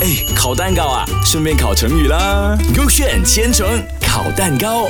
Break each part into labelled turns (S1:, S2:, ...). S1: 哎，烤蛋糕啊，顺便烤成语啦。勾选千层烤蛋糕，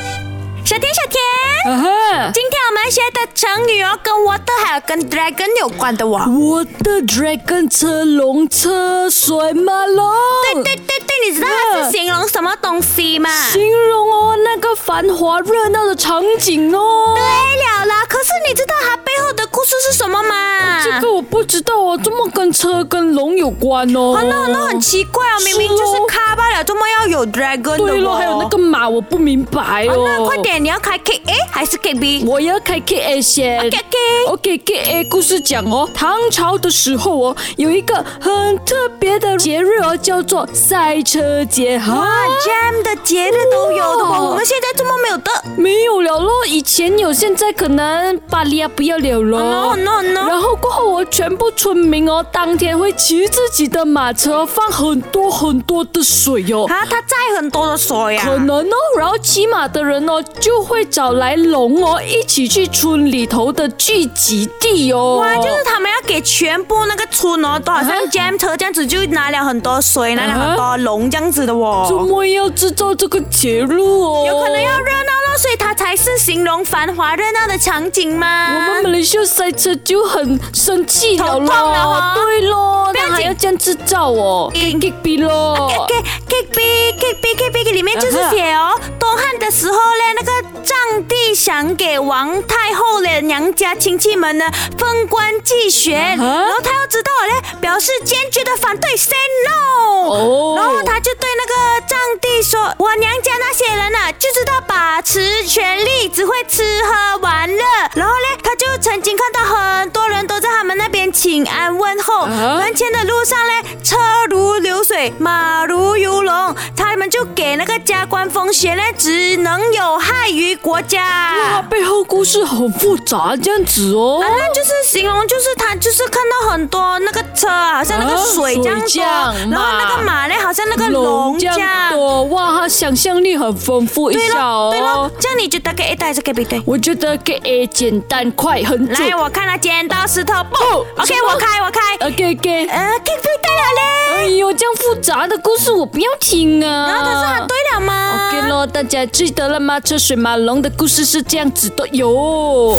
S2: 小田，小田，
S3: Uh-huh
S2: 今天我们学的成语哦，跟 water 还有跟 dragon 有关的哦。
S3: 我的 dragon 车龙车水马龙，
S2: 对对对对，你知道它是形容什么东西吗？
S3: 形容哦那个繁华热闹的场景哦。
S2: 对啊了啦，可是你知道它背后的故事是什么吗？
S3: 这个我不知道哦，怎么跟车跟龙有关哦？
S2: 很多很多很奇怪哦，明明就是
S3: 是哦
S2: 卡罢了，怎么要有 dragon 的哦？
S3: 对咯，还有那个马，我不明白
S2: 哦
S3: 哦。
S2: 那快，点，你要开 K A 还是 K B？
S3: 我要开 K A 先。
S2: K K。
S3: OK，给 A 故事讲哦，唐朝的时候哦，有一个很特别的节日哦，叫做赛车节哈。
S2: 啊，Jam 的节日都有的
S3: 哇
S2: 哦，我们现在怎么没有的
S3: 没有了咯，以前有，现在可能巴利亚不要了咯。
S2: ？No No No！
S3: 然后过后哦，全部村民哦，当天会骑自己的马车，放很多很多的水哦。
S2: 啊，它载很多的水啊呀。
S3: 可能哦，然后骑马的人哦，就会找来龙哦，一起去村里头的聚集地哦。
S2: 哇，就是他们要给全部那个村哦，都好像
S3: 嗯哼
S2: jam 车这样子，就拿了很多水，拿了很多龙这样子的
S3: 怎
S2: 哦。
S3: 么要制造这个节日哦？
S2: 有可能要热闹了，所以它才是形容繁华热闹的场景
S3: 我
S2: 嘛
S3: 们。马来西亚塞车就很生气了
S2: 头
S3: 咯，
S2: 痛了哦
S3: 对咯，
S2: 不要
S3: 那还
S2: 紧
S3: 要这样制造哦，给给逼咯。
S2: 给给 B K B K B 里面就是
S3: 嗯哼
S2: 写哦，东汉的时候嘞，那个瘴帝想给王太后嘞娘家亲戚们呢封官祭
S3: 嗯
S2: 玄，
S3: 哼
S2: 然后他又知道嘞，表示坚决的反对，say no，
S3: 哦
S2: 然后他就对那个瘴帝说，我娘家那些人呐、就知道把持权力，只会吃喝玩乐，然后嘞，他就曾经看到很多人都在他们那边请安问候，
S3: 嗯哼
S2: 门前的路上嘞，车如流水，马如游龙，他们就给那个加官封衔呢，只能有害于国
S3: 哇，
S2: 家。
S3: 背后故事好复杂，这样子哦
S2: 反。正就是形容，就是他就是看到很多那个车，好像那个
S3: 啊
S2: 水这样
S3: 水
S2: 多，
S3: 酱
S2: 然后那个马嘞，好像那个龙这
S3: 这样
S2: 样。
S3: 多，哇，他想象力很丰富一
S2: 对
S3: 下
S2: 咯，对咯
S3: 哦。，
S2: 这样你觉得给 A 对还是给 B 对？
S3: 我觉得给 A 简单快很准
S2: 来，。我看他剪刀石头布。
S3: 不
S2: OK，
S3: 什么
S2: 我开，我开。
S3: 呃，给给，
S2: 呃，K B 对了嘞，
S3: 哎呦，这样复杂的故事我不要听啊。
S2: 然后他说他对了吗
S3: OK 咯，大家记得了吗？车水马龙的故事是这样子的哟。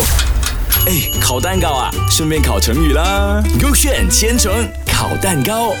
S1: 哎，烤蛋糕啊，顺便烤成语啦。勾选千层烤蛋糕。